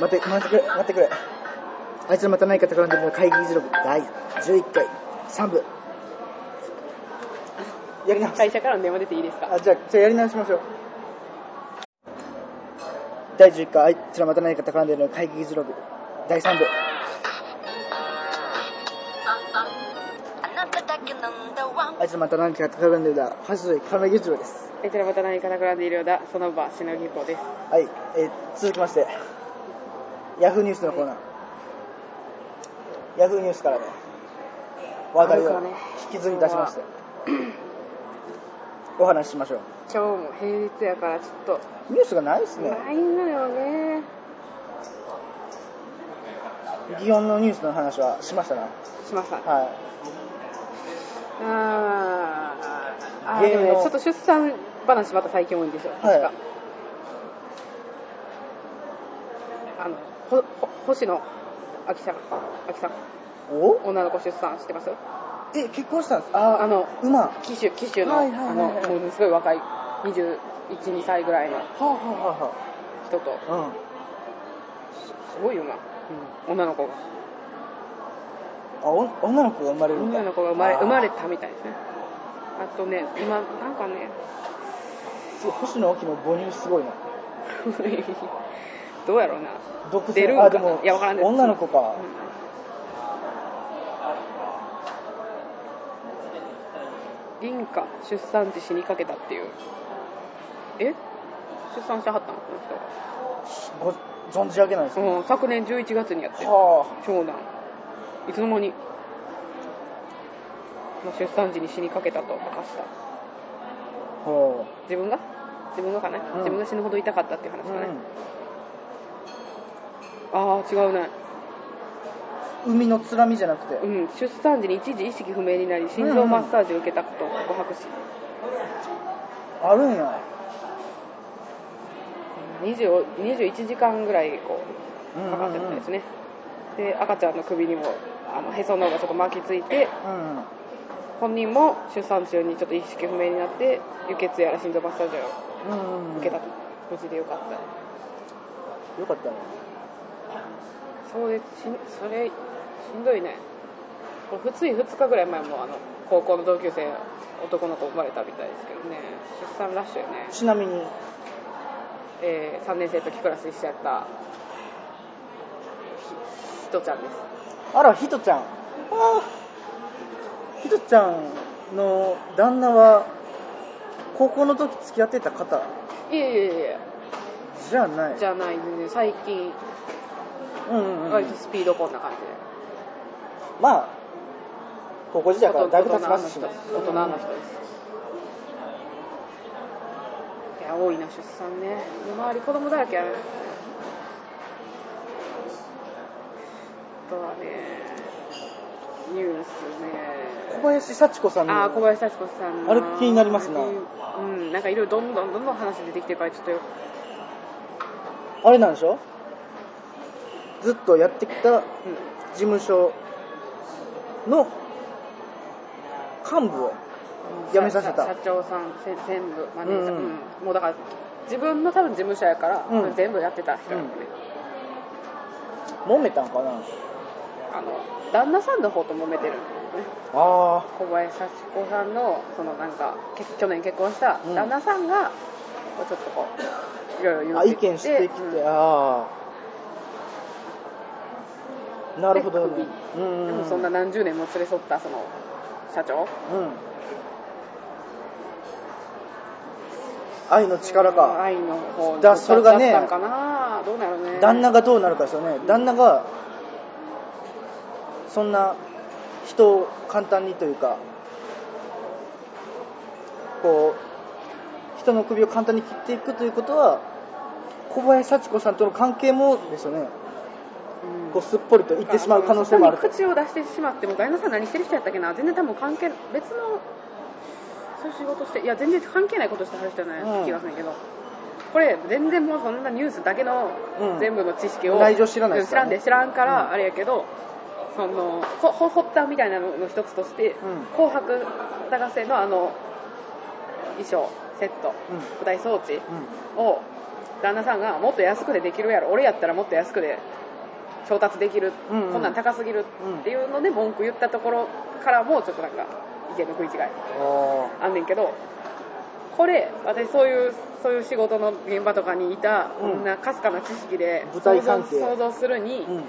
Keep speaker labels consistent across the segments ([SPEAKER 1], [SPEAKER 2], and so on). [SPEAKER 1] 待って、待ってくれ、待ってくれ。あいつらまた何か企んでもう会議議事録第11回3部。やり直す。
[SPEAKER 2] 会社からの電話出ていいですか
[SPEAKER 1] あ、じゃあ、じゃあやり直しましょう。第11回、あいつらまた何か企んでるの会議議事録第3部。
[SPEAKER 3] あなただけなんだわ
[SPEAKER 1] あいつらまた何か企んでるだ、橋添亀議事郎です。
[SPEAKER 2] あいつらまた何か企んでいるようだその場しのぎこです
[SPEAKER 1] はい、えー続きまして、ヤフーニュースのコーナー。ヤフーニュースからね、話題を
[SPEAKER 2] あれかね
[SPEAKER 1] 引きずり出しまして、 お話ししましょう。
[SPEAKER 2] 今日も平日やからちょっと
[SPEAKER 1] ニュースがないですね。
[SPEAKER 2] ないのよね
[SPEAKER 1] 祇園のニュースの話はしましたな。
[SPEAKER 2] しました
[SPEAKER 1] は
[SPEAKER 2] あーあーでも
[SPEAKER 1] 芸
[SPEAKER 2] ね
[SPEAKER 1] 能
[SPEAKER 2] ちょっと出産話また最近多いんですよ確か、
[SPEAKER 1] はい
[SPEAKER 2] あのほほ星野あきさんあきさん
[SPEAKER 1] い。お
[SPEAKER 2] 女の子出産してます
[SPEAKER 1] え、結婚したんですあー
[SPEAKER 2] あの
[SPEAKER 1] 馬。は
[SPEAKER 2] 機種機種の,、
[SPEAKER 1] はいはいはいはい
[SPEAKER 2] あのものすごい若い212歳ぐらいの
[SPEAKER 1] ぁはぁ
[SPEAKER 2] 人と
[SPEAKER 1] はぁは
[SPEAKER 2] すごいよな、うん、女の子が
[SPEAKER 1] ぁ。うん。あ、お女の子が生まれるんだ
[SPEAKER 2] 女の子が生まれ
[SPEAKER 1] あー
[SPEAKER 2] 生まれたみたいですねあとね今なんかね
[SPEAKER 1] すごい星野沖の母乳すごいな。
[SPEAKER 2] どうやろうな
[SPEAKER 1] 独占
[SPEAKER 2] 出るんかな
[SPEAKER 1] あ、でも、
[SPEAKER 2] いやわからんです
[SPEAKER 1] 女の子か。
[SPEAKER 2] うん林家出産時死にかけたっていうえ出産してはったのこ
[SPEAKER 1] ご存じ上げないですね。
[SPEAKER 2] の人は、うん、昨年11月にやってる
[SPEAKER 1] はぁ。
[SPEAKER 2] 長男いつの間にまあ出産時に死にかけたと明かした
[SPEAKER 1] ほ
[SPEAKER 2] 自分が自分がかな、
[SPEAKER 1] うん
[SPEAKER 2] 自分が死ぬほど痛かったっていう話
[SPEAKER 1] う
[SPEAKER 2] かね、ああ違うね
[SPEAKER 1] うん、海の津波じゃなくて、
[SPEAKER 2] うん、出産時に一時意識不明になり心臓マッサージを受けたことを告白し、
[SPEAKER 1] あるんや
[SPEAKER 2] 20 21時間ぐらいこう
[SPEAKER 1] うん
[SPEAKER 2] かかってたんですね、で赤ちゃんの首にもあのへその緒がちょっと巻きつい
[SPEAKER 1] う
[SPEAKER 2] て
[SPEAKER 1] ん
[SPEAKER 2] 本人も出産中にちょっと意識不明になって輸血やら心臓マッサージを
[SPEAKER 1] うん、うん、
[SPEAKER 2] 受けたと、無事でよかった
[SPEAKER 1] よかったね
[SPEAKER 2] そうですしんそれしんどいねこれつい2日ぐらい前もあの高校の同級生男の子生まれたみたいですけどね出産ラッシュよね、
[SPEAKER 1] ちなみに
[SPEAKER 2] え3年生の時クラス一緒やったひひとちゃんです
[SPEAKER 1] あらひとちゃんあーひとちゃんの旦那は高校の時付き合ってた方
[SPEAKER 2] いやいやいやい
[SPEAKER 1] じゃない
[SPEAKER 2] やじゃない全然最近
[SPEAKER 1] うんうん、うん
[SPEAKER 2] 割とスピードこんな感じで
[SPEAKER 1] まあ高校時代からだいぶ
[SPEAKER 2] 大
[SPEAKER 1] 経
[SPEAKER 2] 人
[SPEAKER 1] ち
[SPEAKER 2] の
[SPEAKER 1] ますし
[SPEAKER 2] 人
[SPEAKER 1] ね
[SPEAKER 2] 大人の人ですいや多いな出産ね周り子供だらけやねあとはねニュース
[SPEAKER 1] 小
[SPEAKER 2] ね
[SPEAKER 1] 林幸子さんの
[SPEAKER 2] あー小林幸子さんの
[SPEAKER 1] あれ気になりますな
[SPEAKER 2] うんなんかいろいろどんどんどんどん話出てきてるからちょっとよ
[SPEAKER 1] あれなんでしょずっとやってきた
[SPEAKER 2] う
[SPEAKER 1] 事
[SPEAKER 2] ん
[SPEAKER 1] 務所の幹部を辞めさせた
[SPEAKER 2] 社社長さんせ全部マネージャ
[SPEAKER 1] う
[SPEAKER 2] ー、うんん
[SPEAKER 1] うん
[SPEAKER 2] もうだから自分の多分事務所やから、
[SPEAKER 1] うん
[SPEAKER 2] 全部やってた人やね、
[SPEAKER 1] 揉めたんかな
[SPEAKER 2] あの旦那さんの方と揉めてるんですね
[SPEAKER 1] あ
[SPEAKER 2] 小林幸子さんのそのなんかけ去年結婚した
[SPEAKER 1] うん
[SPEAKER 2] 旦那さんが、こうちょっとこういろいろ
[SPEAKER 1] あ
[SPEAKER 2] 言
[SPEAKER 1] 意
[SPEAKER 2] ってきて
[SPEAKER 1] 見してきて、
[SPEAKER 2] うん
[SPEAKER 1] ああなるほどね
[SPEAKER 2] で
[SPEAKER 1] う
[SPEAKER 2] でもそんな何十年も連れ添ったその社長
[SPEAKER 1] うん愛の力か、
[SPEAKER 2] 愛の方に
[SPEAKER 1] だそれがね
[SPEAKER 2] 立っちゃったんかなどうなるね
[SPEAKER 1] 旦那がどうなるかですよね旦那がそんな人を簡単にというかこう人の首を簡単に切っていくということは小林幸子さんとの関係もですよね
[SPEAKER 2] うん
[SPEAKER 1] こうすっぽりと言ってしまう可能性もあると
[SPEAKER 2] そこに口を出してしまっても旦那さん何してる人やったっけな全然多分関係別のそういう仕事していや全然関係ないことしてはる人じゃ
[SPEAKER 1] う
[SPEAKER 2] なんい気がするんやけど、これ全然もうそんなニュースだけの
[SPEAKER 1] うん
[SPEAKER 2] 全部の知識を、
[SPEAKER 1] 内情知らないで
[SPEAKER 2] ですす
[SPEAKER 1] からね
[SPEAKER 2] 知らんで知らんから、
[SPEAKER 1] うん
[SPEAKER 2] あれやけどそのほほ発端みたいなのの一つとして
[SPEAKER 1] う
[SPEAKER 2] 「
[SPEAKER 1] ん
[SPEAKER 2] 紅白歌合戦」のあの衣装セット、
[SPEAKER 1] うん
[SPEAKER 2] 舞台装置
[SPEAKER 1] う
[SPEAKER 2] を旦那さんがもっと安くでできるやろ俺やったらもっと安くで調達できる、
[SPEAKER 1] うんうん
[SPEAKER 2] こんなん高すぎるっていうので文句言ったところからもちょっとなんか意見の食い違い
[SPEAKER 1] あ
[SPEAKER 2] あんねんけどこれ私そういうそういう仕事の現場とかにいた、
[SPEAKER 1] うん
[SPEAKER 2] こんなかすかな知識で
[SPEAKER 1] 舞
[SPEAKER 2] 想
[SPEAKER 1] 台
[SPEAKER 2] 像
[SPEAKER 1] 関係
[SPEAKER 2] 想像するに、
[SPEAKER 1] ーうん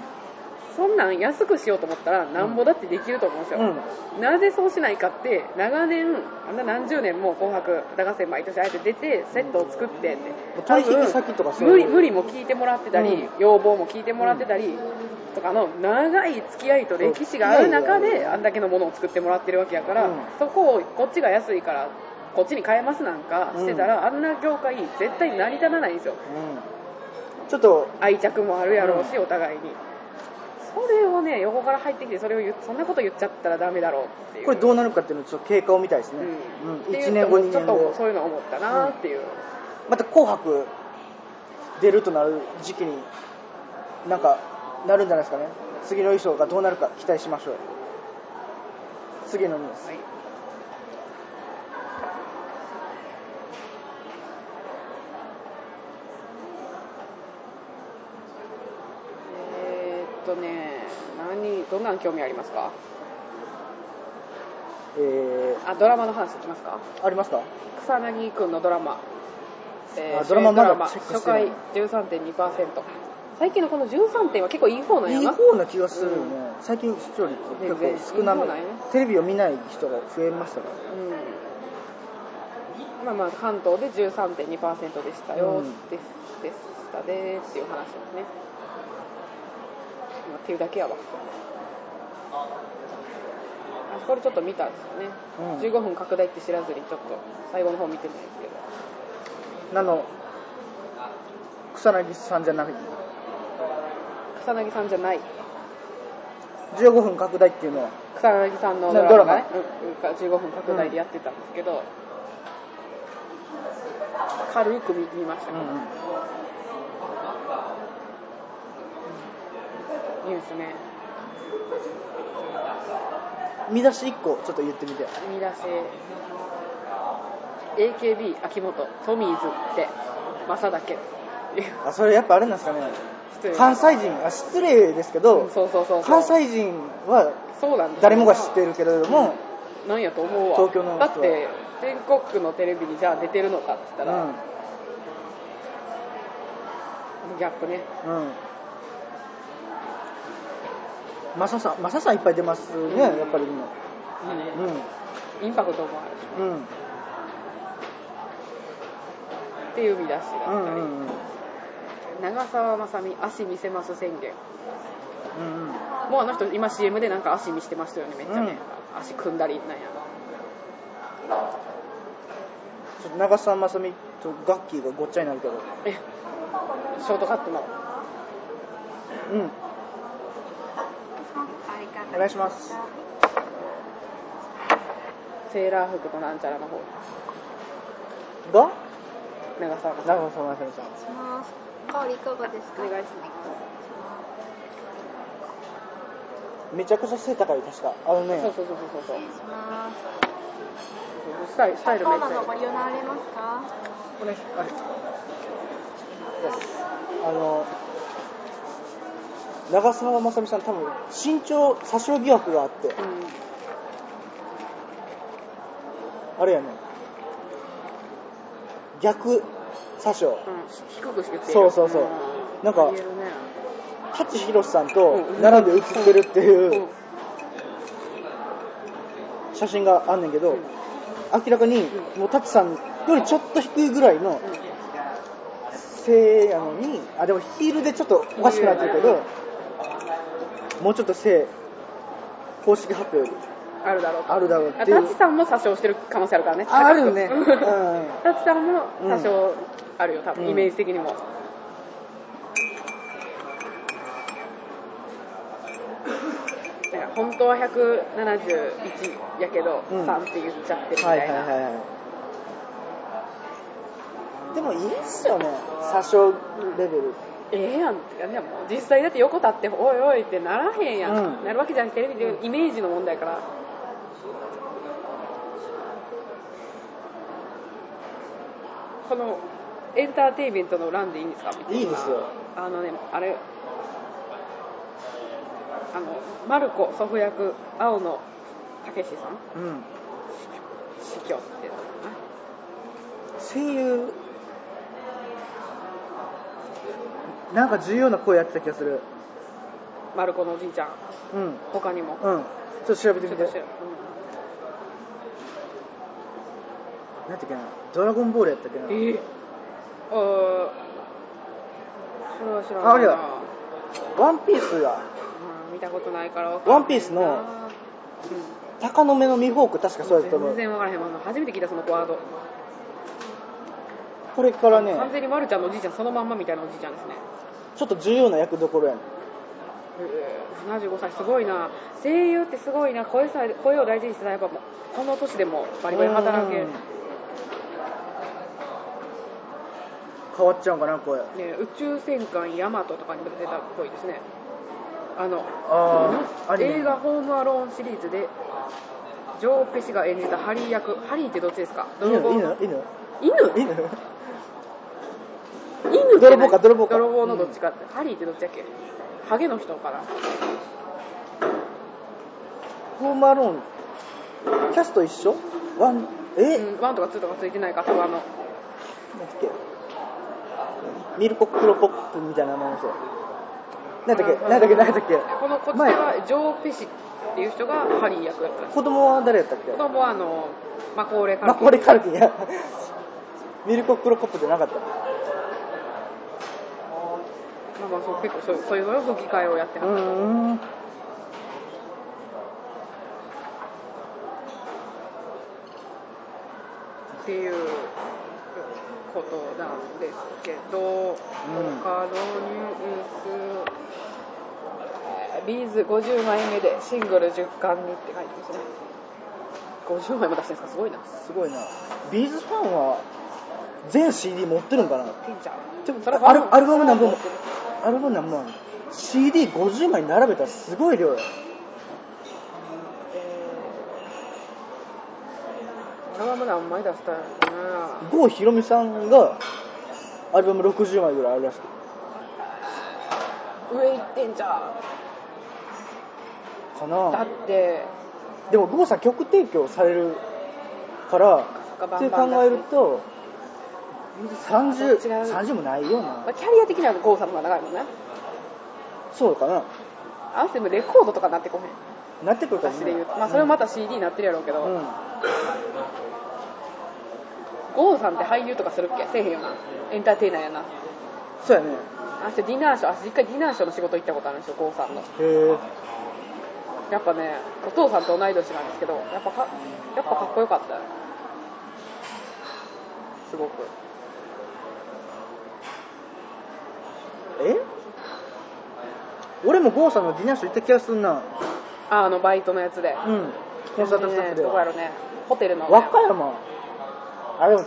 [SPEAKER 2] そんなん安くしようと思ったらなんぼだってできると思うんですよ、なぜそうしないかって長年あんな何十年も「紅白歌合戦」毎年あえて出てセットを作ってって
[SPEAKER 1] うん取引先とかそう
[SPEAKER 2] 無
[SPEAKER 1] い
[SPEAKER 2] 理
[SPEAKER 1] う
[SPEAKER 2] 無理も聞いてもらってたり、要望も聞いてもらってたり、とかの長い付き合いと歴史がある中
[SPEAKER 1] そう付き合い
[SPEAKER 2] で
[SPEAKER 1] がある
[SPEAKER 2] あんだけのものを作ってもらってるわけやから、
[SPEAKER 1] うん
[SPEAKER 2] そこをこっちが安いからこっちに変えますなんかしてたら、あんな業界絶対成り立たないんですよ
[SPEAKER 1] うんちょっと
[SPEAKER 2] 愛着もあるやろうし、お互いにそれをね横から入ってきてそれを言うそんなこと言っちゃったらダメだろうっていう
[SPEAKER 1] これどうなるかっていうのをちょっと経過を見たいですね、
[SPEAKER 2] う
[SPEAKER 1] うんん
[SPEAKER 2] っていう
[SPEAKER 1] 1年後2
[SPEAKER 2] ちょっ
[SPEAKER 1] 年
[SPEAKER 2] と
[SPEAKER 1] 後
[SPEAKER 2] そういうの思ったなっていう、
[SPEAKER 1] また「紅白」出るとなる時期になんかなるんじゃないですかね次の衣装がどうなるか期待しましょう次のニュース
[SPEAKER 2] はいえーっとね何どんなん興味ありますか
[SPEAKER 1] え
[SPEAKER 2] あドラマの話いきますか
[SPEAKER 1] ー、ありますか
[SPEAKER 2] 草薙君のドラマ、え
[SPEAKER 1] あドラマまだ
[SPEAKER 2] 主演ドラマ
[SPEAKER 1] チェック
[SPEAKER 2] 初
[SPEAKER 1] してない
[SPEAKER 2] 回13.2%最近のこの13点は結構いい方なんや
[SPEAKER 1] いい
[SPEAKER 2] な
[SPEAKER 1] 方な気がするよね、最近視聴率結構少なめ
[SPEAKER 2] 全然いい方なんやね
[SPEAKER 1] テレビを見ない人が増えましたから
[SPEAKER 2] うんまあまあ関東で13.2%でした
[SPEAKER 1] う
[SPEAKER 2] よ、
[SPEAKER 1] ん
[SPEAKER 2] ですでしたねっていう話ですね、まあっていうだけやわあこれちょっと見たんですよね、
[SPEAKER 1] うん
[SPEAKER 2] 15分拡大って知らずにちょっと最後の方見てないんですけど
[SPEAKER 1] なの草薙さんじゃなくて
[SPEAKER 2] 草薙さんじゃない
[SPEAKER 1] 15分拡大っていうのは
[SPEAKER 2] 草薙さんのドラマがね、うんうん15分拡大でやってたんですけど、軽く見見ました、
[SPEAKER 1] う
[SPEAKER 2] ニュースね
[SPEAKER 1] ん見出し1個ちょっと言ってみて
[SPEAKER 2] 見出し AKB 秋元トミーズって正だけ
[SPEAKER 1] あそれやっぱあれなんですかね
[SPEAKER 2] 失礼
[SPEAKER 1] 関西人あ失礼ですけど、
[SPEAKER 2] うんそうそうそうそう
[SPEAKER 1] 関西人は
[SPEAKER 2] そうなんですよ
[SPEAKER 1] 誰もが知ってるけれども、
[SPEAKER 2] なんやと思うわ
[SPEAKER 1] 東京の人は
[SPEAKER 2] だって全国区のテレビにじゃあ出てるのかって言った
[SPEAKER 1] う
[SPEAKER 2] ら、
[SPEAKER 1] ん
[SPEAKER 2] ギャップね
[SPEAKER 1] うんマサさんマサさんいっぱい出ますね、
[SPEAKER 2] うん
[SPEAKER 1] やっぱり今
[SPEAKER 2] インパクトもあるし
[SPEAKER 1] うんうん
[SPEAKER 2] っていう見出しだった
[SPEAKER 1] う
[SPEAKER 2] り、
[SPEAKER 1] んうんうん
[SPEAKER 2] 長澤まさみ足見せます宣言
[SPEAKER 1] うんうん
[SPEAKER 2] もうあの人今 CM でなんか足見してましたよねめっちゃね、足組んだりなんや
[SPEAKER 1] ちょっと長澤まさみとガッキーがごっちゃになるけど
[SPEAKER 2] えショートカットの
[SPEAKER 1] うんお願いします
[SPEAKER 2] セーラー服のなんちゃらの方
[SPEAKER 1] が
[SPEAKER 2] 長澤まさみ
[SPEAKER 1] 長澤まさみさん
[SPEAKER 4] します。香りいかがですか。
[SPEAKER 2] お願いします
[SPEAKER 1] めちゃくちゃ背高い確かあのね
[SPEAKER 2] そうそうそうそうそう
[SPEAKER 4] します。
[SPEAKER 2] スタイルスタイルめっちゃいい
[SPEAKER 4] のご利用なられますか。
[SPEAKER 1] これあれあの長澤まさみさん多分身長詐称疑惑があって
[SPEAKER 2] う
[SPEAKER 1] あれやね逆詐称
[SPEAKER 2] んうん、低くしてる
[SPEAKER 1] そうそうそうなんか
[SPEAKER 2] 言えるね
[SPEAKER 1] 舘ひろしさんと
[SPEAKER 2] うん
[SPEAKER 1] 並んで写ってるって
[SPEAKER 2] うん
[SPEAKER 1] いう写真があんねんけど
[SPEAKER 2] うん
[SPEAKER 1] 明らかにもう舘さんよりちょっと低いぐらいの背やのにあでもヒールでちょっとおかしくなってるけどもうちょっと背公式発表より
[SPEAKER 2] あるだろう
[SPEAKER 1] あるだろう
[SPEAKER 2] あ
[SPEAKER 1] っていう
[SPEAKER 2] タチさんも詐称してる可能性あるからね
[SPEAKER 1] ああるよね
[SPEAKER 2] 高く
[SPEAKER 1] うん
[SPEAKER 2] タチさんも詐称あるよ多分、
[SPEAKER 1] うん
[SPEAKER 2] イメージ的にもだから本当は171やけど、
[SPEAKER 1] うん
[SPEAKER 2] 3って言っちゃってるみ
[SPEAKER 1] は
[SPEAKER 2] た
[SPEAKER 1] いはいい
[SPEAKER 2] な、
[SPEAKER 1] はいはいでもいいっすよね詐称レベル
[SPEAKER 2] ええやんってねもう実際だって横立っておいおいってならへんやん、
[SPEAKER 1] うん
[SPEAKER 2] なるわけじゃなくてテレビでイメージの問題やからこのエンターテイメントの欄でいいんですかみたない
[SPEAKER 1] いですよ
[SPEAKER 2] あのねあれあのマルコ祖父役青野武さん
[SPEAKER 1] うん
[SPEAKER 2] 死去っていうのか
[SPEAKER 1] 声優なんか重要な声やってた気がする
[SPEAKER 2] なマルコのおじいちゃん
[SPEAKER 1] うん
[SPEAKER 2] 他に
[SPEAKER 1] う
[SPEAKER 2] も、
[SPEAKER 1] んちょっと調べて
[SPEAKER 2] ちょ
[SPEAKER 1] み
[SPEAKER 2] ってと
[SPEAKER 1] なんい
[SPEAKER 2] してら
[SPEAKER 1] うっけなドラゴンボールやったっけな
[SPEAKER 2] うん、えー、あーそれは知ら
[SPEAKER 1] ああ
[SPEAKER 2] ない
[SPEAKER 1] れ
[SPEAKER 2] な
[SPEAKER 1] だワンピースが
[SPEAKER 2] うん見たことないからわかんない
[SPEAKER 1] ワンピースの
[SPEAKER 2] なうん
[SPEAKER 1] 鷹の目のミホーク確かそうやったと思
[SPEAKER 2] 全
[SPEAKER 1] う
[SPEAKER 2] 然わからへんわ初めて聞いたそのワード
[SPEAKER 1] これからね
[SPEAKER 2] 完全にまるちゃんのおじいちゃんそのまんまみたいなおじいちゃんですね
[SPEAKER 1] ちょっと重要な役どころやね
[SPEAKER 2] へー75歳すごいな声優ってすごいな声さえ声を大事にしてやっぱもうこの年でもバリバリ働ける
[SPEAKER 1] うん変わっちゃうんかな声
[SPEAKER 2] ね、宇宙戦艦ヤマトとかにも出てたっぽいですねあの
[SPEAKER 1] あーアニメ
[SPEAKER 2] 映画「ホームアローン」シリーズでジョー・ペシが演じたハリー役ハリーってどっちですか
[SPEAKER 1] 犬
[SPEAKER 2] 泥棒の
[SPEAKER 1] 犬犬
[SPEAKER 2] 犬
[SPEAKER 1] 犬
[SPEAKER 2] 犬って
[SPEAKER 1] 泥棒か泥棒か
[SPEAKER 2] 泥棒のどっちかって、ハリーってどっちやっけハゲの人かな
[SPEAKER 1] ホームアローンキャスト一緒ワンえ、
[SPEAKER 2] うん、ワンとかツーとかついてないか多分あの
[SPEAKER 1] なんだっけミルコ・クロポップみたいな名前の人なんだっけなんだっけなんだっけ
[SPEAKER 2] このこっち
[SPEAKER 1] 前
[SPEAKER 2] はジョー・ペシっていう人がハリー役やったらしい
[SPEAKER 1] 子供は誰やったっけ
[SPEAKER 2] 子供はあの、まあ、高齢化
[SPEAKER 1] マコーレー・カルキンやミルコ・クロポップじゃなかった
[SPEAKER 2] まあまあそう結構そうそういうのを吹き替えをやっては
[SPEAKER 1] う
[SPEAKER 2] る、
[SPEAKER 1] ーん
[SPEAKER 2] っていうことなんですけど、
[SPEAKER 1] ん
[SPEAKER 2] 他のニュースえービーズ50枚目でシングル10巻にって書いてますね50枚も出してるんですかすごいな
[SPEAKER 1] すごいなビーズファンは全 CD 持ってるんかな
[SPEAKER 2] ケンちゃん
[SPEAKER 1] でも
[SPEAKER 2] それ
[SPEAKER 1] アルアルバム何本もアルバム何本ある CD50 枚並べたらすごい量や
[SPEAKER 2] アルバム何枚出したんやろな
[SPEAKER 1] 郷ひろみさんがアルバム60枚ぐらいあるらしくて
[SPEAKER 2] 上行ってんじゃ
[SPEAKER 1] か
[SPEAKER 2] んだ
[SPEAKER 1] な
[SPEAKER 2] って
[SPEAKER 1] でも郷さん曲提供されるから
[SPEAKER 2] そっか
[SPEAKER 1] っていう
[SPEAKER 2] バン
[SPEAKER 1] 考
[SPEAKER 2] バ
[SPEAKER 1] え
[SPEAKER 2] ンだし
[SPEAKER 1] ると30
[SPEAKER 2] 違う
[SPEAKER 1] 30もないような
[SPEAKER 2] まあキャリア的には郷さんの方が長いもんね
[SPEAKER 1] そうかな
[SPEAKER 2] あの人もレコードとかなってこへん
[SPEAKER 1] なってくるかも
[SPEAKER 2] 私
[SPEAKER 1] ね
[SPEAKER 2] で言うとまあそれもまた CD になってるやろうけ
[SPEAKER 1] うんう
[SPEAKER 2] ど、
[SPEAKER 1] ん
[SPEAKER 2] ゴーさんって俳優とかするっけせえへんよなエンターテイナーやな
[SPEAKER 1] そうやね
[SPEAKER 2] あの人ディナーショー私一回ディナーショーの仕事行ったことあるんですよゴーさんの
[SPEAKER 1] へえ
[SPEAKER 2] やっぱねお父さんと同い年なんですけどやっぱかやっぱかっこよかったすごく
[SPEAKER 1] え俺も郷さんのディナーショー行った気がすんな
[SPEAKER 2] ああのバイトのやつで
[SPEAKER 1] うんコンサートスタッフで
[SPEAKER 2] どこやろねホテルの、ね、
[SPEAKER 1] 和歌山あれも違う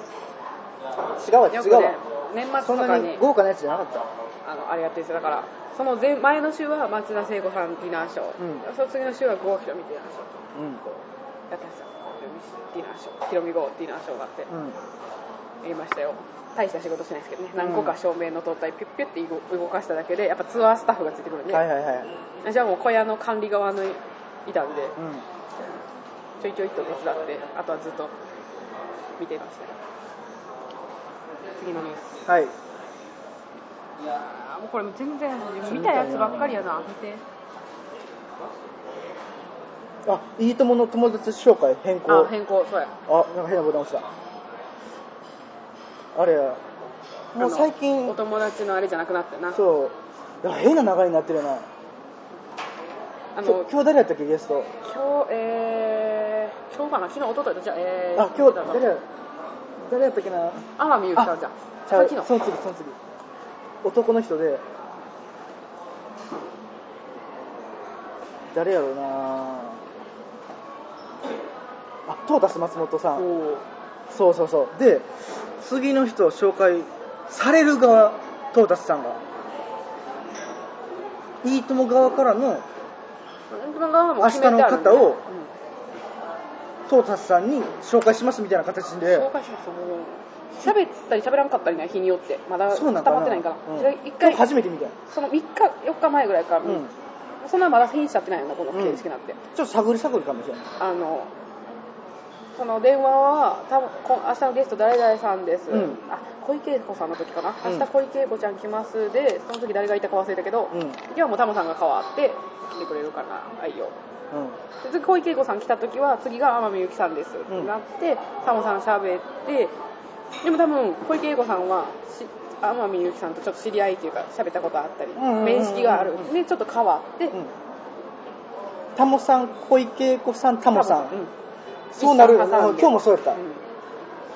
[SPEAKER 1] わ違
[SPEAKER 2] よく
[SPEAKER 1] うわ
[SPEAKER 2] ね年末
[SPEAKER 1] そん
[SPEAKER 2] とか
[SPEAKER 1] な
[SPEAKER 2] に
[SPEAKER 1] に豪華なやつじゃなかった
[SPEAKER 2] あのあれやってるんですよだからその前前の週は松田聖子さんディナーショー、
[SPEAKER 1] うん
[SPEAKER 2] その次の週は郷ひろみディナーショー
[SPEAKER 1] うん
[SPEAKER 2] やってましたディナーショーひろみ号ディナーショーがあって
[SPEAKER 1] うん
[SPEAKER 2] やりましたよ大した仕事しないですけどね何個か照明の灯体ピュッピュッて動動かしただけでやっぱツアースタッフがついてくるんで、
[SPEAKER 1] はいはいはい
[SPEAKER 2] 私はもう小屋の管理側のいたんで
[SPEAKER 1] うん
[SPEAKER 2] ちょいちょいっと手伝ってあとはずっと見てました次のニュース
[SPEAKER 1] はい
[SPEAKER 2] いやーもうこれ全然見たやつばっかりやな見て
[SPEAKER 1] あいいともの友達紹介変更
[SPEAKER 2] あ変更そうや
[SPEAKER 1] あ、なんか変なボタン押した。あれや。もう最
[SPEAKER 2] あの
[SPEAKER 1] 近
[SPEAKER 2] お、友達のあれじゃなくなったよな
[SPEAKER 1] そう、いや変な流れになってるよな。
[SPEAKER 2] あ
[SPEAKER 1] 今
[SPEAKER 2] の
[SPEAKER 1] 日今日誰やったっけ、ゲスト。
[SPEAKER 2] 今日、えー、今日かな昨日、一昨日とじゃあ、えー、
[SPEAKER 1] あ、今日、
[SPEAKER 2] だ
[SPEAKER 1] 誰や、誰やったっけな。
[SPEAKER 2] 天海祐希さんじゃん。
[SPEAKER 1] ちゃ
[SPEAKER 2] さっ
[SPEAKER 1] うそ
[SPEAKER 2] きの。
[SPEAKER 1] の次、その次。男の人で、誰やろうなあ、トータス松本さん。
[SPEAKER 2] おー
[SPEAKER 1] そうそうそう。で、次の人を紹介される側、トータスさんが。いいとも側からの
[SPEAKER 2] 自分側も決めてあるんで
[SPEAKER 1] 明日の方を
[SPEAKER 2] う
[SPEAKER 1] トータスさんに紹介しますみたいな形
[SPEAKER 2] ん
[SPEAKER 1] で
[SPEAKER 2] 紹介しますもう喋ったり喋らんかったりね日によってまだ
[SPEAKER 1] そうな
[SPEAKER 2] 固
[SPEAKER 1] んかな
[SPEAKER 2] まってないんか
[SPEAKER 1] うん
[SPEAKER 2] な一、
[SPEAKER 1] 今
[SPEAKER 2] 回
[SPEAKER 1] 日初めて見たよ
[SPEAKER 2] その3日4日前ぐらいか
[SPEAKER 1] う
[SPEAKER 2] ら、
[SPEAKER 1] ん
[SPEAKER 2] そんなまだ変しちゃってないんだこの形式なんて、
[SPEAKER 1] ちょっと探り探りかもしれない
[SPEAKER 2] あのその電話は多分こ明日のゲスト誰々さんです、
[SPEAKER 1] うん
[SPEAKER 2] あ小池栄子さんの時かな、
[SPEAKER 1] うん
[SPEAKER 2] 明日小池栄子ちゃん来ますでその時誰がいたか忘れたけど、
[SPEAKER 1] うん
[SPEAKER 2] 今日はもうタモさんが代わって来てくれるかな愛用で次小池栄子さん来た時は次が天海祐希さんですって
[SPEAKER 1] うん
[SPEAKER 2] なって、タモさん喋ってでも多分小池栄子さんはし天海祐希さんとちょっと知り合いっていうか喋ったことあったり、
[SPEAKER 1] んうんうんうん
[SPEAKER 2] 面識があるでちょっと変わって、
[SPEAKER 1] うんうんタモさん小池栄子さんタモさん
[SPEAKER 2] うん
[SPEAKER 1] そうなるよね
[SPEAKER 2] 一緒に挟んで
[SPEAKER 1] 今日もそうやった
[SPEAKER 2] んっ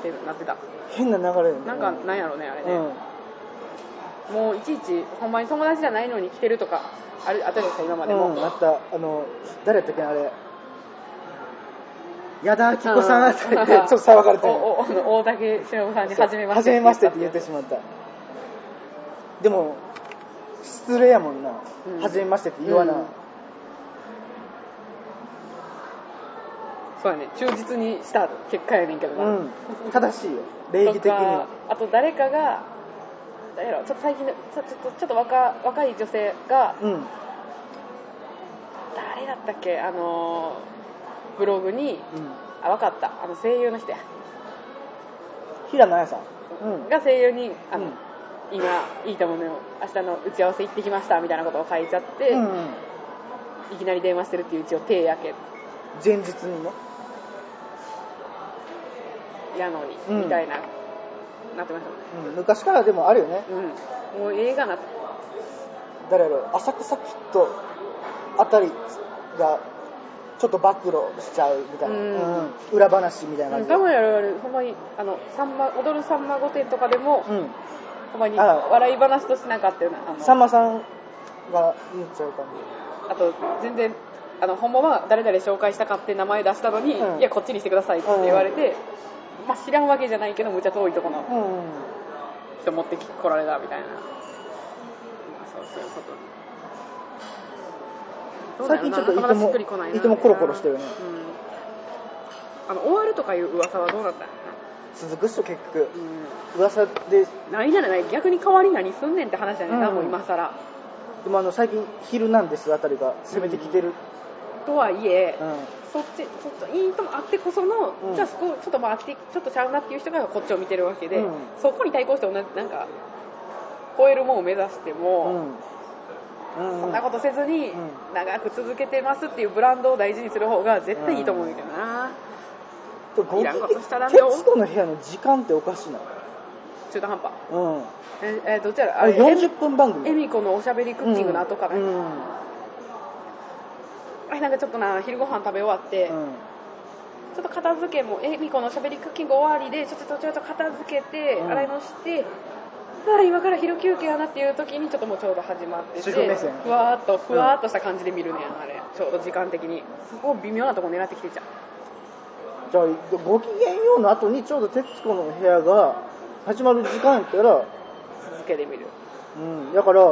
[SPEAKER 2] てなってた
[SPEAKER 1] 変な流れよね
[SPEAKER 2] なんかなんやろねあれ
[SPEAKER 1] う
[SPEAKER 2] ね、
[SPEAKER 1] ん
[SPEAKER 2] もういちいちほんまに友達じゃないのに来てるとかあるあったじゃないですか今までも、
[SPEAKER 1] うん、あったあの誰やったっけなあれ矢田亜希子さんあたりでちょっと騒がれて
[SPEAKER 2] おおあの大竹しのぶさんに初めまして
[SPEAKER 1] 初めましてって言って
[SPEAKER 2] し
[SPEAKER 1] しまったでも失礼やもんな、
[SPEAKER 2] うん
[SPEAKER 1] 初めましてって言わな、
[SPEAKER 2] うんそうやね忠実にした結果やねんけどな、
[SPEAKER 1] うん、正しいよ礼儀的
[SPEAKER 2] と
[SPEAKER 1] に
[SPEAKER 2] か
[SPEAKER 1] は
[SPEAKER 2] あと誰かが誰やろちょっと最近のちょちょっとちょっと若若い女性が、
[SPEAKER 1] うん
[SPEAKER 2] 誰だったっけあのーブログに
[SPEAKER 1] うん
[SPEAKER 2] あ分かったあの声優の人や、
[SPEAKER 1] 平野綾さんうん
[SPEAKER 2] が声優にあの、
[SPEAKER 1] うん
[SPEAKER 2] 今いいと思うのよ明日の打ち合わせ行ってきましたみたいなことを書いちゃって、
[SPEAKER 1] うんうん
[SPEAKER 2] いきなり電話してるっていううちを手やけ
[SPEAKER 1] 前日にね
[SPEAKER 2] やのに、
[SPEAKER 1] うん
[SPEAKER 2] みたいななってましたもんね
[SPEAKER 1] うん昔からでもあるよね
[SPEAKER 2] うんもう映画な
[SPEAKER 1] 誰やろ浅草キッドあたりがちょっと暴露しちゃうみたいな、
[SPEAKER 2] うん
[SPEAKER 1] うん裏話みたいな感じで
[SPEAKER 2] 我慢やるやるほんまにあのさんま踊るさんま御殿とかでも、
[SPEAKER 1] うん
[SPEAKER 2] ほんまに
[SPEAKER 1] あら
[SPEAKER 2] 笑い話としてなかったようなあの
[SPEAKER 1] さんまさんが言っちゃう感
[SPEAKER 2] あと全然あのほんまは誰々紹介したかって名前出したのに、
[SPEAKER 1] うん
[SPEAKER 2] いやこっちにしてくださいって言われて、まあ、知らんわけじゃないけどむちゃ遠いとこの
[SPEAKER 1] じ、うんうん、
[SPEAKER 2] 人持ってき来られたみたいな、まあ、そうそういうこと
[SPEAKER 1] 最近ちょっと
[SPEAKER 2] どうな
[SPEAKER 1] 糸
[SPEAKER 2] んやろな頭が
[SPEAKER 1] も
[SPEAKER 2] しっくりこないな
[SPEAKER 1] 糸もコロコロしてるね
[SPEAKER 2] うん、あの終わるとかいう噂はどうなったんや
[SPEAKER 1] 続くっしょ結局
[SPEAKER 2] ろな、
[SPEAKER 1] 噂で
[SPEAKER 2] うん、ないじゃない逆に代わり何すんねんって話やねんな、
[SPEAKER 1] うん
[SPEAKER 2] もう今更
[SPEAKER 1] でもあの最近「ヒルナンデス」あたりが攻めてきてる、
[SPEAKER 2] とはいえ、
[SPEAKER 1] うん
[SPEAKER 2] そっちそっちいいともあってこその、
[SPEAKER 1] うん
[SPEAKER 2] じゃあそこちょっとまあ飽きてちょっとちゃうなっていう人がこっちを見てるわけで、
[SPEAKER 1] うん
[SPEAKER 2] そこに対抗して同じなんか超えるもんを目指しても、
[SPEAKER 1] うんうん
[SPEAKER 2] そんなことせずに
[SPEAKER 1] うん
[SPEAKER 2] 長く続けてますっていうブランドを大事にする方が絶対いいと思うんだよな、
[SPEAKER 1] ゴ
[SPEAKER 2] いらんことしたらん
[SPEAKER 1] 徹
[SPEAKER 2] よ
[SPEAKER 1] 子の部屋の時間っておかしいな、
[SPEAKER 2] 中途半端
[SPEAKER 1] うん、
[SPEAKER 2] ええどっちやろ
[SPEAKER 1] あれ40分番組
[SPEAKER 2] えみこのおしゃべりクッキングの後から、
[SPEAKER 1] うん
[SPEAKER 2] あれなんかちょっとな昼ご飯食べ終わって、
[SPEAKER 1] うん
[SPEAKER 2] ちょっと片付けもえみこのおしゃべりクッキング終わりでちょっとちょっと片付けて、
[SPEAKER 1] うん
[SPEAKER 2] 洗い物してああ今から昼休憩やなっていう時にちょっともうちょうど始まってて
[SPEAKER 1] 主婦目線
[SPEAKER 2] ふわーっとふわーっとした感じで見るねんあれちょうど時間的にそこを微妙なとこ狙ってきてちゃう
[SPEAKER 1] じゃあごきげんようの後にちょうど「徹子の部屋」が始まる時間やったら
[SPEAKER 2] 続けて見る
[SPEAKER 1] うんだから40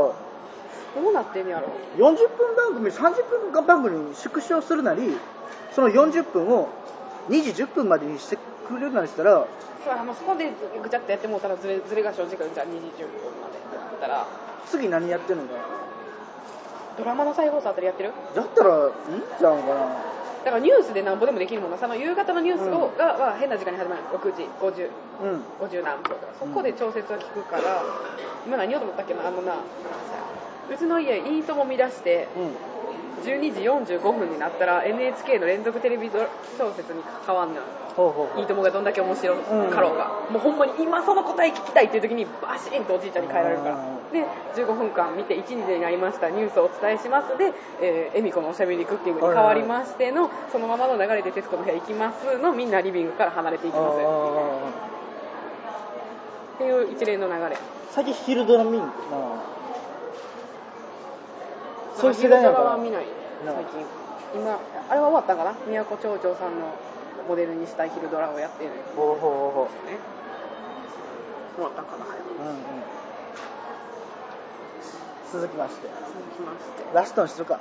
[SPEAKER 2] どうなってんやろ
[SPEAKER 1] 分番組30分番組に縮小するなりその40分を2時10分までにしてくれるなりしたら
[SPEAKER 2] そうあもうそこでぐちゃっとやってもうたらずれずれが生じるからじゃあ2時10分までだったら
[SPEAKER 1] 次何やってるのかな
[SPEAKER 2] ドラマの再放送あたりやってる
[SPEAKER 1] だったらいいんちゃうんかな
[SPEAKER 2] だからニュースでなんぼでもできるもんなその夕方のニュース
[SPEAKER 1] う
[SPEAKER 2] を、
[SPEAKER 1] ん
[SPEAKER 2] が、まあ、変な時間に始まる6時50
[SPEAKER 1] うん
[SPEAKER 2] 50何分とかそこで調節は効くから、今何をと思ったっけなあのなうちの家いいとも見出して
[SPEAKER 1] うん
[SPEAKER 2] 12時45分になったら NHK の連続テレビ小説に変わんのよ
[SPEAKER 1] ほうほうほ
[SPEAKER 2] いういともがどんだけ面白かろうが、もうほんまに今その答え聞きたいっていう時にバシンとおじいちゃんに変えられるから
[SPEAKER 1] うん
[SPEAKER 2] で15分間見て1時になりましたニュースをお伝えしますでえー恵美子のおしゃべりクッキングに変わりましてのそのままの流れで『徹子の部屋行きます』のみんなリビングから離れていき
[SPEAKER 1] あ
[SPEAKER 2] ます
[SPEAKER 1] ー
[SPEAKER 2] っていう一連の流れ
[SPEAKER 1] 最近昼ドラ見んなそういう世代なの
[SPEAKER 2] 昼ドラ
[SPEAKER 1] か
[SPEAKER 2] は見
[SPEAKER 1] な
[SPEAKER 2] ない
[SPEAKER 1] な
[SPEAKER 2] 最近今あれは終わったんかな宮古町長さんのモデルにした昼ドラをやってるんです
[SPEAKER 1] ほうほうほうほう
[SPEAKER 2] ね終わったんかな早く
[SPEAKER 1] うんうん続きまして
[SPEAKER 2] 続きまして
[SPEAKER 1] ラストにするか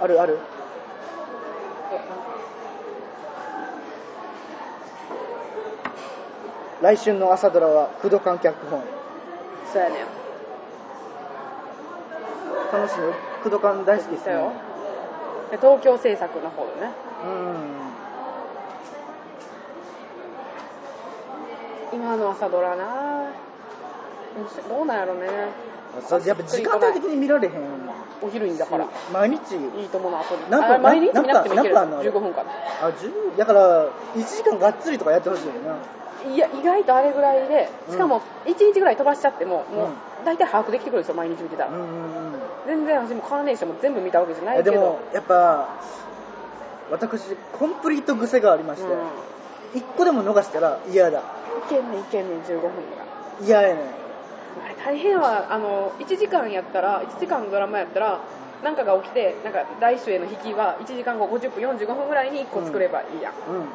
[SPEAKER 1] あるある来春の朝ドラは不動館脚本
[SPEAKER 2] そうやねん
[SPEAKER 1] 楽しみ不動館大好きです
[SPEAKER 2] そう
[SPEAKER 1] ね
[SPEAKER 2] よで東京制作の方でね
[SPEAKER 1] うん
[SPEAKER 2] 今の朝ドラなぁどうなんやろね
[SPEAKER 1] それやっぱ時間帯的に見られへん
[SPEAKER 2] お昼にだから
[SPEAKER 1] 毎日
[SPEAKER 2] いいともの後に
[SPEAKER 1] なんか
[SPEAKER 2] あ毎日見なくてもいける
[SPEAKER 1] なんかなんかあんの
[SPEAKER 2] 15分かな
[SPEAKER 1] あ10だから1時間がっつりとかやってほしいよない
[SPEAKER 2] や意外とあれぐらいでしかも1日ぐらい飛ばしちゃっても、もう大体把握できてくるんですよ毎日見てたら、
[SPEAKER 1] うんうん
[SPEAKER 2] 全然私も関連しても全部見たわけじゃな
[SPEAKER 1] え
[SPEAKER 2] いけ
[SPEAKER 1] で
[SPEAKER 2] ど
[SPEAKER 1] もやっぱ私コンプリート癖がありまして、
[SPEAKER 2] う
[SPEAKER 1] 一個でも逃したら嫌だ
[SPEAKER 2] ん、いけんねんいけんねん15分が
[SPEAKER 1] 嫌やねん
[SPEAKER 2] あれ大変はあの1時間やったら1時間ドラマやったらなんかが起きてなんか来週への引きは1時間後50分45分ぐらいに1個作ればいいやん、
[SPEAKER 1] うん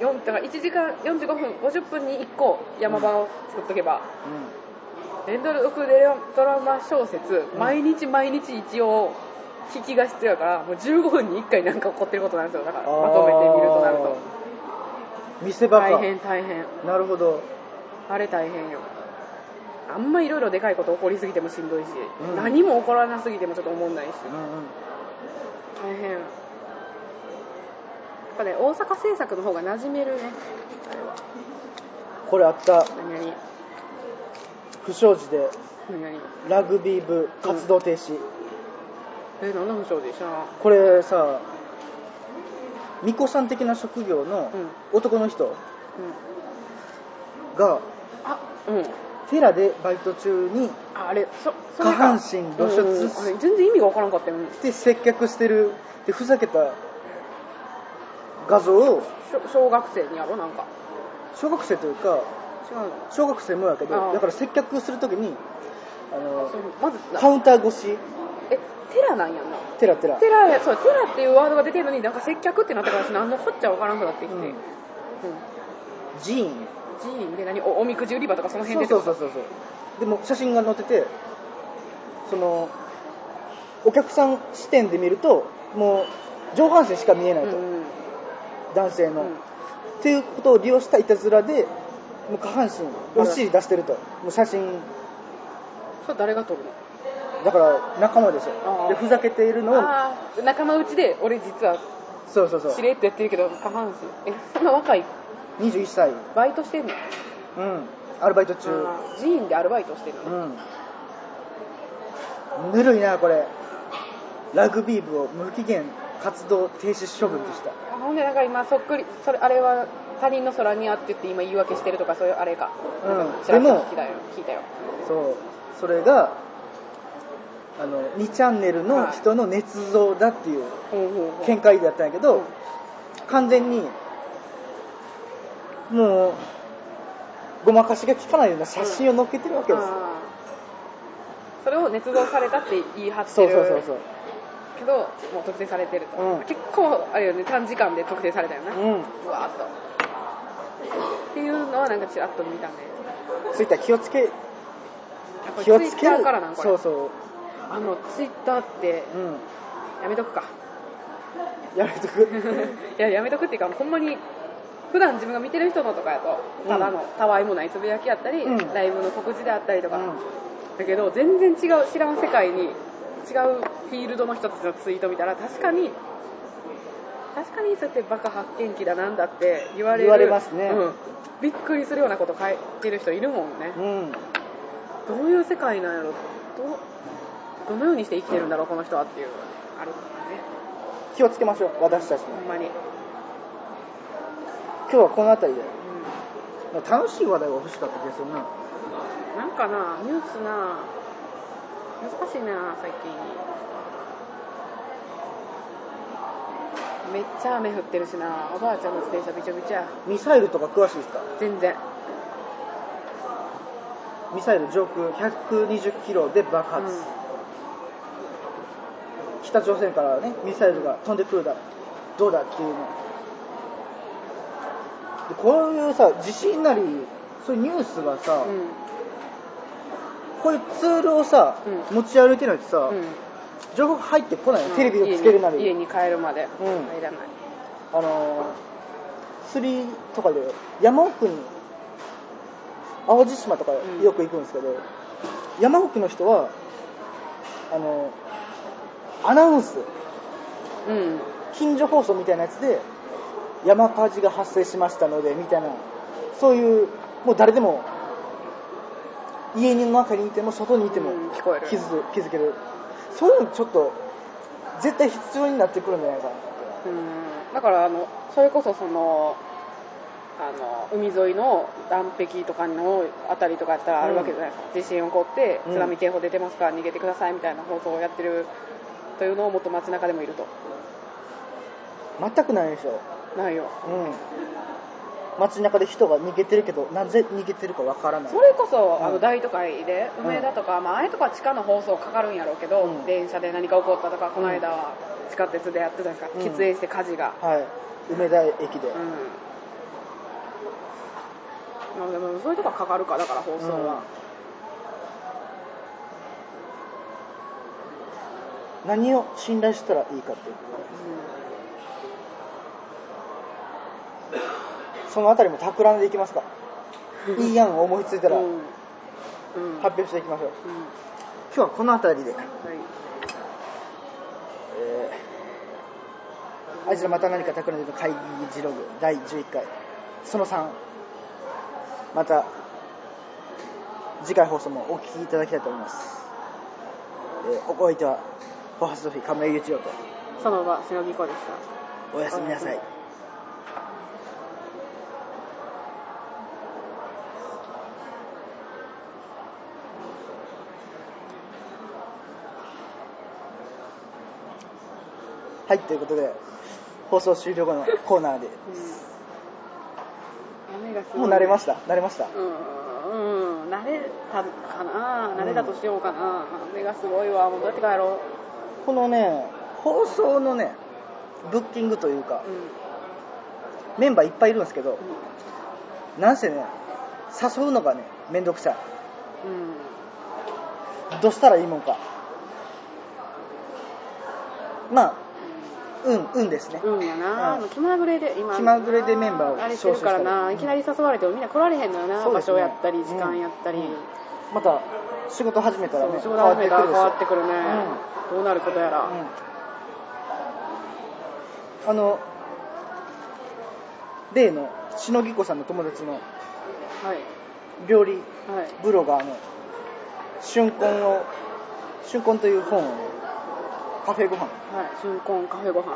[SPEAKER 2] いよんだから1時間45分50分に1個山場を作っとけば、連続でドラマ小説
[SPEAKER 1] うん
[SPEAKER 2] 毎日毎日一応引きが必要やからもう15分に1回なんか起こってることなんですよだからまとめて見るとなると
[SPEAKER 1] 見せ場か
[SPEAKER 2] 大変大変
[SPEAKER 1] なるほど
[SPEAKER 2] あれ大変よあんまいろいろでかいこと起こりすぎてもしんどいし、
[SPEAKER 1] うん
[SPEAKER 2] 何も起こらなすぎてもちょっと思んないし
[SPEAKER 1] うんうん
[SPEAKER 2] 大変やっぱね大阪制作の方が馴染めるね
[SPEAKER 1] これあった
[SPEAKER 2] 何々
[SPEAKER 1] 不祥事で
[SPEAKER 2] 何々
[SPEAKER 1] ラグビー部活動停止、
[SPEAKER 2] え何の不祥事知らな
[SPEAKER 1] これさ巫女さん的な職業の男の人
[SPEAKER 2] うん
[SPEAKER 1] が
[SPEAKER 2] あうん
[SPEAKER 1] テラでバイト中に
[SPEAKER 2] ああれそそ
[SPEAKER 1] 下
[SPEAKER 2] れか
[SPEAKER 1] 半身露出
[SPEAKER 2] うんうんあれ
[SPEAKER 1] し
[SPEAKER 2] 全然意味が分からんかったよ、ね、
[SPEAKER 1] て接客してるってふざけた画像を
[SPEAKER 2] しょ小学生にやろなんか
[SPEAKER 1] 小学生というか
[SPEAKER 2] 違うの
[SPEAKER 1] 小学生もやけ
[SPEAKER 2] あ
[SPEAKER 1] ど
[SPEAKER 2] あ
[SPEAKER 1] だから接客するときにあの
[SPEAKER 2] そうまずな
[SPEAKER 1] カウンター越し
[SPEAKER 2] えテラなんやな
[SPEAKER 1] テラテラ
[SPEAKER 2] テラやそうテラっていうワードが出てるのになんか接客ってなったから私何のこっちゃ分からんくなってきて、
[SPEAKER 1] う
[SPEAKER 2] うんん
[SPEAKER 1] ジーン
[SPEAKER 2] 寺院で何おおみくじ売り場とかその
[SPEAKER 1] そ
[SPEAKER 2] 辺
[SPEAKER 1] う
[SPEAKER 2] でって
[SPEAKER 1] そ
[SPEAKER 2] こ
[SPEAKER 1] うそ
[SPEAKER 2] と
[SPEAKER 1] うそうでも写真が載っててそのお客さん視点で見るともう上半身しか見えないと、
[SPEAKER 2] うんうん
[SPEAKER 1] 男性の、
[SPEAKER 2] うん
[SPEAKER 1] っていうことを利用したいたずらでもう下半身お尻出してるともう写真
[SPEAKER 2] それ誰が撮るの
[SPEAKER 1] だから仲間でし
[SPEAKER 2] あ
[SPEAKER 1] ょ
[SPEAKER 2] あ
[SPEAKER 1] でふざけているのを
[SPEAKER 2] ああ仲間内で俺実は
[SPEAKER 1] そうそうそう
[SPEAKER 2] しれっとやってるけど下半身えそんな若い
[SPEAKER 1] 21歳
[SPEAKER 2] バイトしてんの
[SPEAKER 1] うんアルバイト中
[SPEAKER 2] 寺院でアルバイトしてんの、
[SPEAKER 1] うんぬるいなこれラグビー部を無期限活動停止処分とした、
[SPEAKER 2] あほんでなんか今そっくりそれあれは他人の空にあって言って今言い訳してるとかそういうあれか、
[SPEAKER 1] うん
[SPEAKER 2] なんかちらっと
[SPEAKER 1] でも
[SPEAKER 2] 聞いたよ聞いたよ
[SPEAKER 1] そうそれがあの2チャンネルの人の捏造だっていう
[SPEAKER 2] ほうほうほう
[SPEAKER 1] 見解だったんやけど、
[SPEAKER 2] うん
[SPEAKER 1] 完全にもうごまかしが効かないような写真を載っけてるわけです、
[SPEAKER 2] あーそれを捏造されたって言い張って
[SPEAKER 1] そう
[SPEAKER 2] る
[SPEAKER 1] そうそうそう
[SPEAKER 2] けどもう特定されてると、
[SPEAKER 1] うん
[SPEAKER 2] 結構あれよね短時間で特定されたよね、
[SPEAKER 1] うん
[SPEAKER 2] うわーっとっていうのはなんかちらっと見たね
[SPEAKER 1] ツイッター気をつけ
[SPEAKER 2] やっぱり
[SPEAKER 1] 気をつ
[SPEAKER 2] ツイ
[SPEAKER 1] け
[SPEAKER 2] ッ
[SPEAKER 1] る
[SPEAKER 2] ターからなんこれ
[SPEAKER 1] そうそう
[SPEAKER 2] あのツイッターって
[SPEAKER 1] うん
[SPEAKER 2] やめとくか
[SPEAKER 1] やめとく
[SPEAKER 2] いややめとくっていうかほんまに普段自分が見てる人のとかやとただのたわいもないつぶやきやったり、
[SPEAKER 1] うん
[SPEAKER 2] ライブの告知であったりとか、
[SPEAKER 1] うん
[SPEAKER 2] だけど全然違う知らん世界に違うフィールドの人たちのツイート見たら確かに確かにそうやってバカ発見器だなんだって言われる
[SPEAKER 1] 言われますね
[SPEAKER 2] うん、びっくりするようなこと書いてる人いるもんね
[SPEAKER 1] うん
[SPEAKER 2] どういう世界なんやろどどのようにして生きてるんだろうこの人はっていうあれですね
[SPEAKER 1] 気をつけましょう私たちも
[SPEAKER 2] ほんまに、うん、
[SPEAKER 1] 今日はこの辺りで楽しい話題が欲しかったですよね
[SPEAKER 2] なんかなニュースな難しいな最近めっちゃ雨降ってるしなおばあちゃんの自転車びちょびちょや
[SPEAKER 1] ミサイルとか詳しいですか
[SPEAKER 2] 全然
[SPEAKER 1] ミサイル上空120キロで爆発、北朝鮮からねミサイルが飛んでくるだどうだっていうのでこういうさ地震なりそういうニュースがさ、
[SPEAKER 2] うん
[SPEAKER 1] こういうツールをさ、
[SPEAKER 2] うん
[SPEAKER 1] 持ち歩いてないとさ、
[SPEAKER 2] うん、うん
[SPEAKER 1] 情報入ってこないよ、テレビをつけるなり
[SPEAKER 2] 家に家に帰るまで
[SPEAKER 1] うん
[SPEAKER 2] 入らない、
[SPEAKER 1] あのー釣りとかで山奥に淡路島とか
[SPEAKER 2] うん
[SPEAKER 1] よく行くんですけど、山奥の人はあのアナウンス
[SPEAKER 2] うん
[SPEAKER 1] 近所放送みたいなやつで山火事が発生しましたのでみたいなそういうもう誰でも家の中にいても外にいても
[SPEAKER 2] うん聞こえる
[SPEAKER 1] 気づく気づけるそういうのちょっと絶対必要になってくるんじゃないかな
[SPEAKER 2] うんだからあのそれこそそのあの海沿いの岸壁とかのあたりとかやったらあるわけじゃないですか、地震起こって
[SPEAKER 1] うん
[SPEAKER 2] 津波警報出てますから逃げてくださいみたいな放送をやってるというのをもっと街中でもいると
[SPEAKER 1] 全くないでしょ
[SPEAKER 2] ないよ
[SPEAKER 1] うん街中で人が逃げてるけどなぜ逃げてるかわからない
[SPEAKER 2] それこそ、
[SPEAKER 1] うん
[SPEAKER 2] あの大都会で
[SPEAKER 1] うん
[SPEAKER 2] 梅田とか、まあああいうとこは地下の放送かかるんやろうけど、
[SPEAKER 1] うん
[SPEAKER 2] 電車で何か起こったとかこの間は地下鉄でやってたんですか、
[SPEAKER 1] うん
[SPEAKER 2] 喫煙して火事が
[SPEAKER 1] はい梅田駅で、
[SPEAKER 2] うんまあでもそういうとこはかかるかだから放送は、
[SPEAKER 1] 何を信頼したらいいかっていうそのあたりも企んでいきますかいい案を思いついたら
[SPEAKER 2] うん
[SPEAKER 1] 発
[SPEAKER 2] うん
[SPEAKER 1] 表していきましょう、
[SPEAKER 2] うん
[SPEAKER 1] 今日はこのあたりで、
[SPEAKER 2] はい
[SPEAKER 1] えー、あいつらまた何か企んでいる会議議事ログ第11回その3また次回放送もお聞きいただきたいと思います、えー、お相手はフォーハストフィー亀井一郎と
[SPEAKER 2] その場しのぎこでした
[SPEAKER 1] おやすみなさい、はい、ということで、放送終了後のコーナーで、
[SPEAKER 2] うん雨がすごい
[SPEAKER 1] もう慣れました、慣れました。
[SPEAKER 2] うんうん慣れたかな慣れたとしようかな、雨がすごいわもうどうやって帰ろ
[SPEAKER 1] このね、放送のね、ブッキングというか
[SPEAKER 2] う、、うん
[SPEAKER 1] メンバーいっぱいいるんですけど、
[SPEAKER 2] うん
[SPEAKER 1] なんせね、誘うのがね、めんどくさい。
[SPEAKER 2] うん
[SPEAKER 1] どうしたらいいもんか。まあ、運、運ですね。
[SPEAKER 2] うんやな、
[SPEAKER 1] うん
[SPEAKER 2] 気まぐれで今
[SPEAKER 1] 気まぐれでメンバーを
[SPEAKER 2] あれしてるからな、
[SPEAKER 1] 招集したり
[SPEAKER 2] いきなり誘われてもみんな来られへんのよな、
[SPEAKER 1] そうで
[SPEAKER 2] 場
[SPEAKER 1] すね
[SPEAKER 2] 所やったり時間やったり、
[SPEAKER 1] うんまた、仕事始めたら
[SPEAKER 2] そう
[SPEAKER 1] ね、
[SPEAKER 2] 仕事始めたら変わって
[SPEAKER 1] く
[SPEAKER 2] くるね、どうなることやら、
[SPEAKER 1] うん、あの、例の、しのぎこさんの友達の
[SPEAKER 2] はい
[SPEAKER 1] 料理
[SPEAKER 2] はい
[SPEAKER 1] ブロガーの、春婚を、春婚という本をね、カフェご飯、
[SPEAKER 2] はい新婚カフェご飯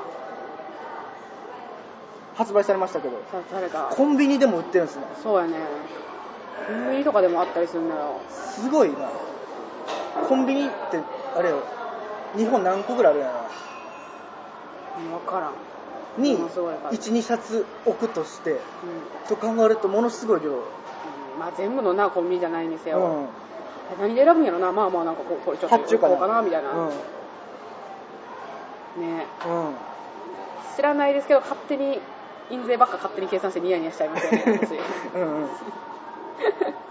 [SPEAKER 1] 発売されましたけど、
[SPEAKER 2] さ誰か
[SPEAKER 1] コンビニでも売ってるんですね。
[SPEAKER 2] そうやねコンビニとかでもあったりするのよ
[SPEAKER 1] すごいな。コンビニって、あれよ、日本何個ぐらいあるんやろな。
[SPEAKER 2] 分からん
[SPEAKER 1] に
[SPEAKER 2] ものすごい数
[SPEAKER 1] 12冊置くとして
[SPEAKER 2] うん
[SPEAKER 1] と考えるとものすごい量、
[SPEAKER 2] うんまあ全部のなコンビニじゃないにせよ、
[SPEAKER 1] うん、
[SPEAKER 2] 何で選ぶんやろなまあまあなんかこうこれちょっと
[SPEAKER 1] 発注か
[SPEAKER 2] こ
[SPEAKER 1] な
[SPEAKER 2] うかなみたいな、
[SPEAKER 1] うん、うん、
[SPEAKER 2] ね知らないですけど勝手に印税ばっか勝手に計算してニヤニヤしちゃいますよね
[SPEAKER 1] うんうん
[SPEAKER 2] 私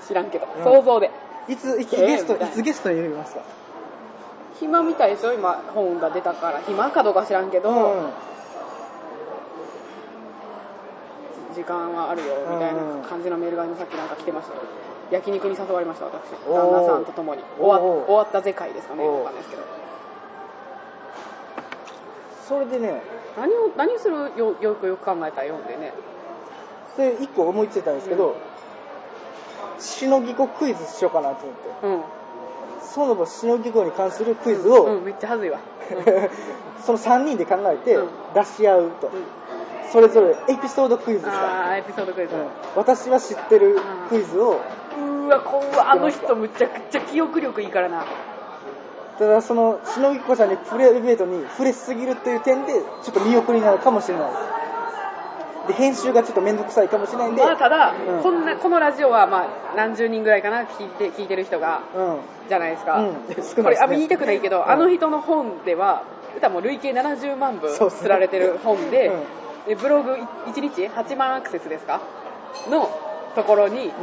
[SPEAKER 2] 知らんけど、
[SPEAKER 1] うん
[SPEAKER 2] 想像で
[SPEAKER 1] いついつ
[SPEAKER 2] ええ
[SPEAKER 1] ゲスト、
[SPEAKER 2] みたい
[SPEAKER 1] い
[SPEAKER 2] な
[SPEAKER 1] つゲストに呼びますか
[SPEAKER 2] 暇みたいでしょ今本が出たから暇かどうか知らんけど、
[SPEAKER 1] うん
[SPEAKER 2] 時間はあるよみたい
[SPEAKER 1] うん
[SPEAKER 2] な感じのメールが今さっきなんか来てましたよ焼肉に誘われました私
[SPEAKER 1] おー
[SPEAKER 2] 旦那さんと共に終わ
[SPEAKER 1] おー
[SPEAKER 2] 終わった世界ですかね
[SPEAKER 1] おー
[SPEAKER 2] わかんないですけど
[SPEAKER 1] それでね
[SPEAKER 2] 何を何するよよくよく考えたら読んでね
[SPEAKER 1] それ一個思いついたんですけど、しのぎこクイズしようかなと思って
[SPEAKER 2] うん
[SPEAKER 1] その後しのぎこに関するクイズ
[SPEAKER 2] う
[SPEAKER 1] を、
[SPEAKER 2] ん、めっちゃはずいわ、
[SPEAKER 1] その3人で考えて
[SPEAKER 2] うん
[SPEAKER 1] 出し合うと、
[SPEAKER 2] うん
[SPEAKER 1] それぞれエピソードクイズですか
[SPEAKER 2] ああエピソードクイズ、
[SPEAKER 1] う
[SPEAKER 2] うん
[SPEAKER 1] 私は知ってるクイズを、
[SPEAKER 2] ーわこわあの人むちゃくちゃ記憶力いいからな
[SPEAKER 1] ただそのしのぎこさんにプライベートに触れすぎるという点でちょっと見送りなのかもしれないですで編集がちょっと面倒くさいかもしれないんで、
[SPEAKER 2] まあただ、
[SPEAKER 1] うん
[SPEAKER 2] こんなこのラジオはまあ何十人ぐらいかな聞いて聞いてる人が
[SPEAKER 1] うん
[SPEAKER 2] じゃないですか、
[SPEAKER 1] うん少ないですね
[SPEAKER 2] これあんま言いたくないけど、
[SPEAKER 1] うん
[SPEAKER 2] あの人の本では歌もう累計70万部
[SPEAKER 1] そうっすね
[SPEAKER 2] 釣られてる本で,、
[SPEAKER 1] うん
[SPEAKER 2] でブログ1日8万アクセスですかのところに、
[SPEAKER 1] うん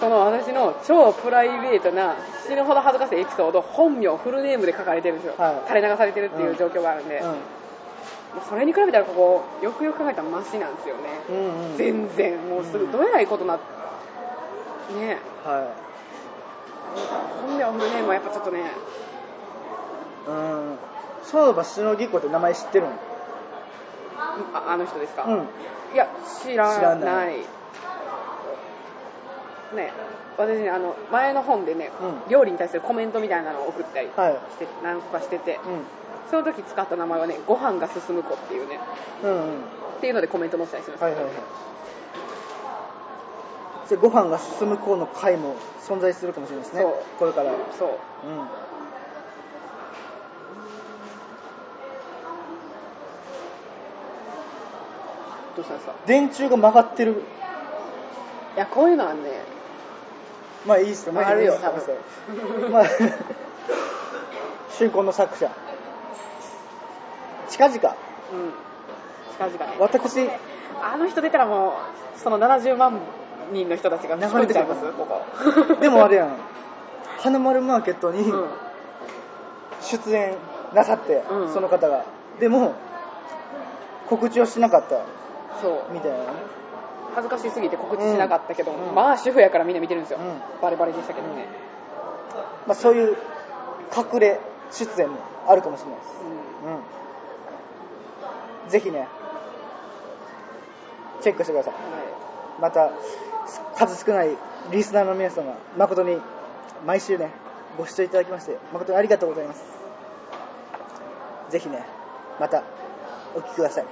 [SPEAKER 2] その私の超プライベートな死ぬほど恥ずかしいエピソード本名フルネームで書かれてるんですよ、
[SPEAKER 1] はい
[SPEAKER 2] 垂れ流されてるっていう状況があるんで、もうそれに比べたらここよくよく考えたらマシなんですよね、
[SPEAKER 1] うんうんうん
[SPEAKER 2] 全然もうす
[SPEAKER 1] う
[SPEAKER 2] ぐ
[SPEAKER 1] ん
[SPEAKER 2] どえらいことなね
[SPEAKER 1] は
[SPEAKER 2] 本名フルネームはやっぱちょっとね
[SPEAKER 1] い。うん。そういえば、篠木子って名前知ってるの
[SPEAKER 2] ああの人ですか、
[SPEAKER 1] うん。
[SPEAKER 2] いや知らない
[SPEAKER 1] 知らない
[SPEAKER 2] ね私ねあの前の本でね、
[SPEAKER 1] うん
[SPEAKER 2] 料理に対するコメントみたいなのを送ったりして、
[SPEAKER 1] はい。
[SPEAKER 2] 何個かしてて、
[SPEAKER 1] うん。
[SPEAKER 2] その時使った名前はねご飯が進む子っていうね
[SPEAKER 1] うんうん。
[SPEAKER 2] っていうのでコメント載せたりします、
[SPEAKER 1] はいはいはい。じゃあご飯が進む子の会も存在するかもしれないですね
[SPEAKER 2] そう。
[SPEAKER 1] これから。うん。
[SPEAKER 2] そうどうしたんですか
[SPEAKER 1] 電柱が曲がってる。
[SPEAKER 2] いやこういうのはね
[SPEAKER 1] まあいいっすよ。ま
[SPEAKER 2] あるよ
[SPEAKER 1] いいっすま あ、 新婚の作者。近々、
[SPEAKER 2] うん近々ね
[SPEAKER 1] 私、
[SPEAKER 2] あの人出たらもうその70万人の人たちが聞こえちゃいます
[SPEAKER 1] 流れて
[SPEAKER 2] ここ
[SPEAKER 1] でもあれ
[SPEAKER 2] や、
[SPEAKER 1] やん。花丸マーケットに
[SPEAKER 2] うん
[SPEAKER 1] 出演なさって、
[SPEAKER 2] うん
[SPEAKER 1] その方が。でも、告知をしなかった
[SPEAKER 2] そう
[SPEAKER 1] みたいなね。
[SPEAKER 2] 恥ずかしすぎて告知しなかったけど、
[SPEAKER 1] うん
[SPEAKER 2] まあ主婦やからみんな見てるんですよ、
[SPEAKER 1] う
[SPEAKER 2] バレバレでしたけどね、
[SPEAKER 1] まあそういう隠れ出演もあるかもしれないです。うん。ぜひね、チェックしてください。
[SPEAKER 2] うんは
[SPEAKER 1] また、数少ないリスナーの皆様、誠に毎週ね、ご視聴いただきまして、誠にありがとうございます。ぜひね、またお聞きください。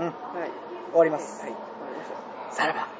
[SPEAKER 1] うん、終
[SPEAKER 2] いはい
[SPEAKER 1] わります。
[SPEAKER 2] はいわかりました
[SPEAKER 1] さらば。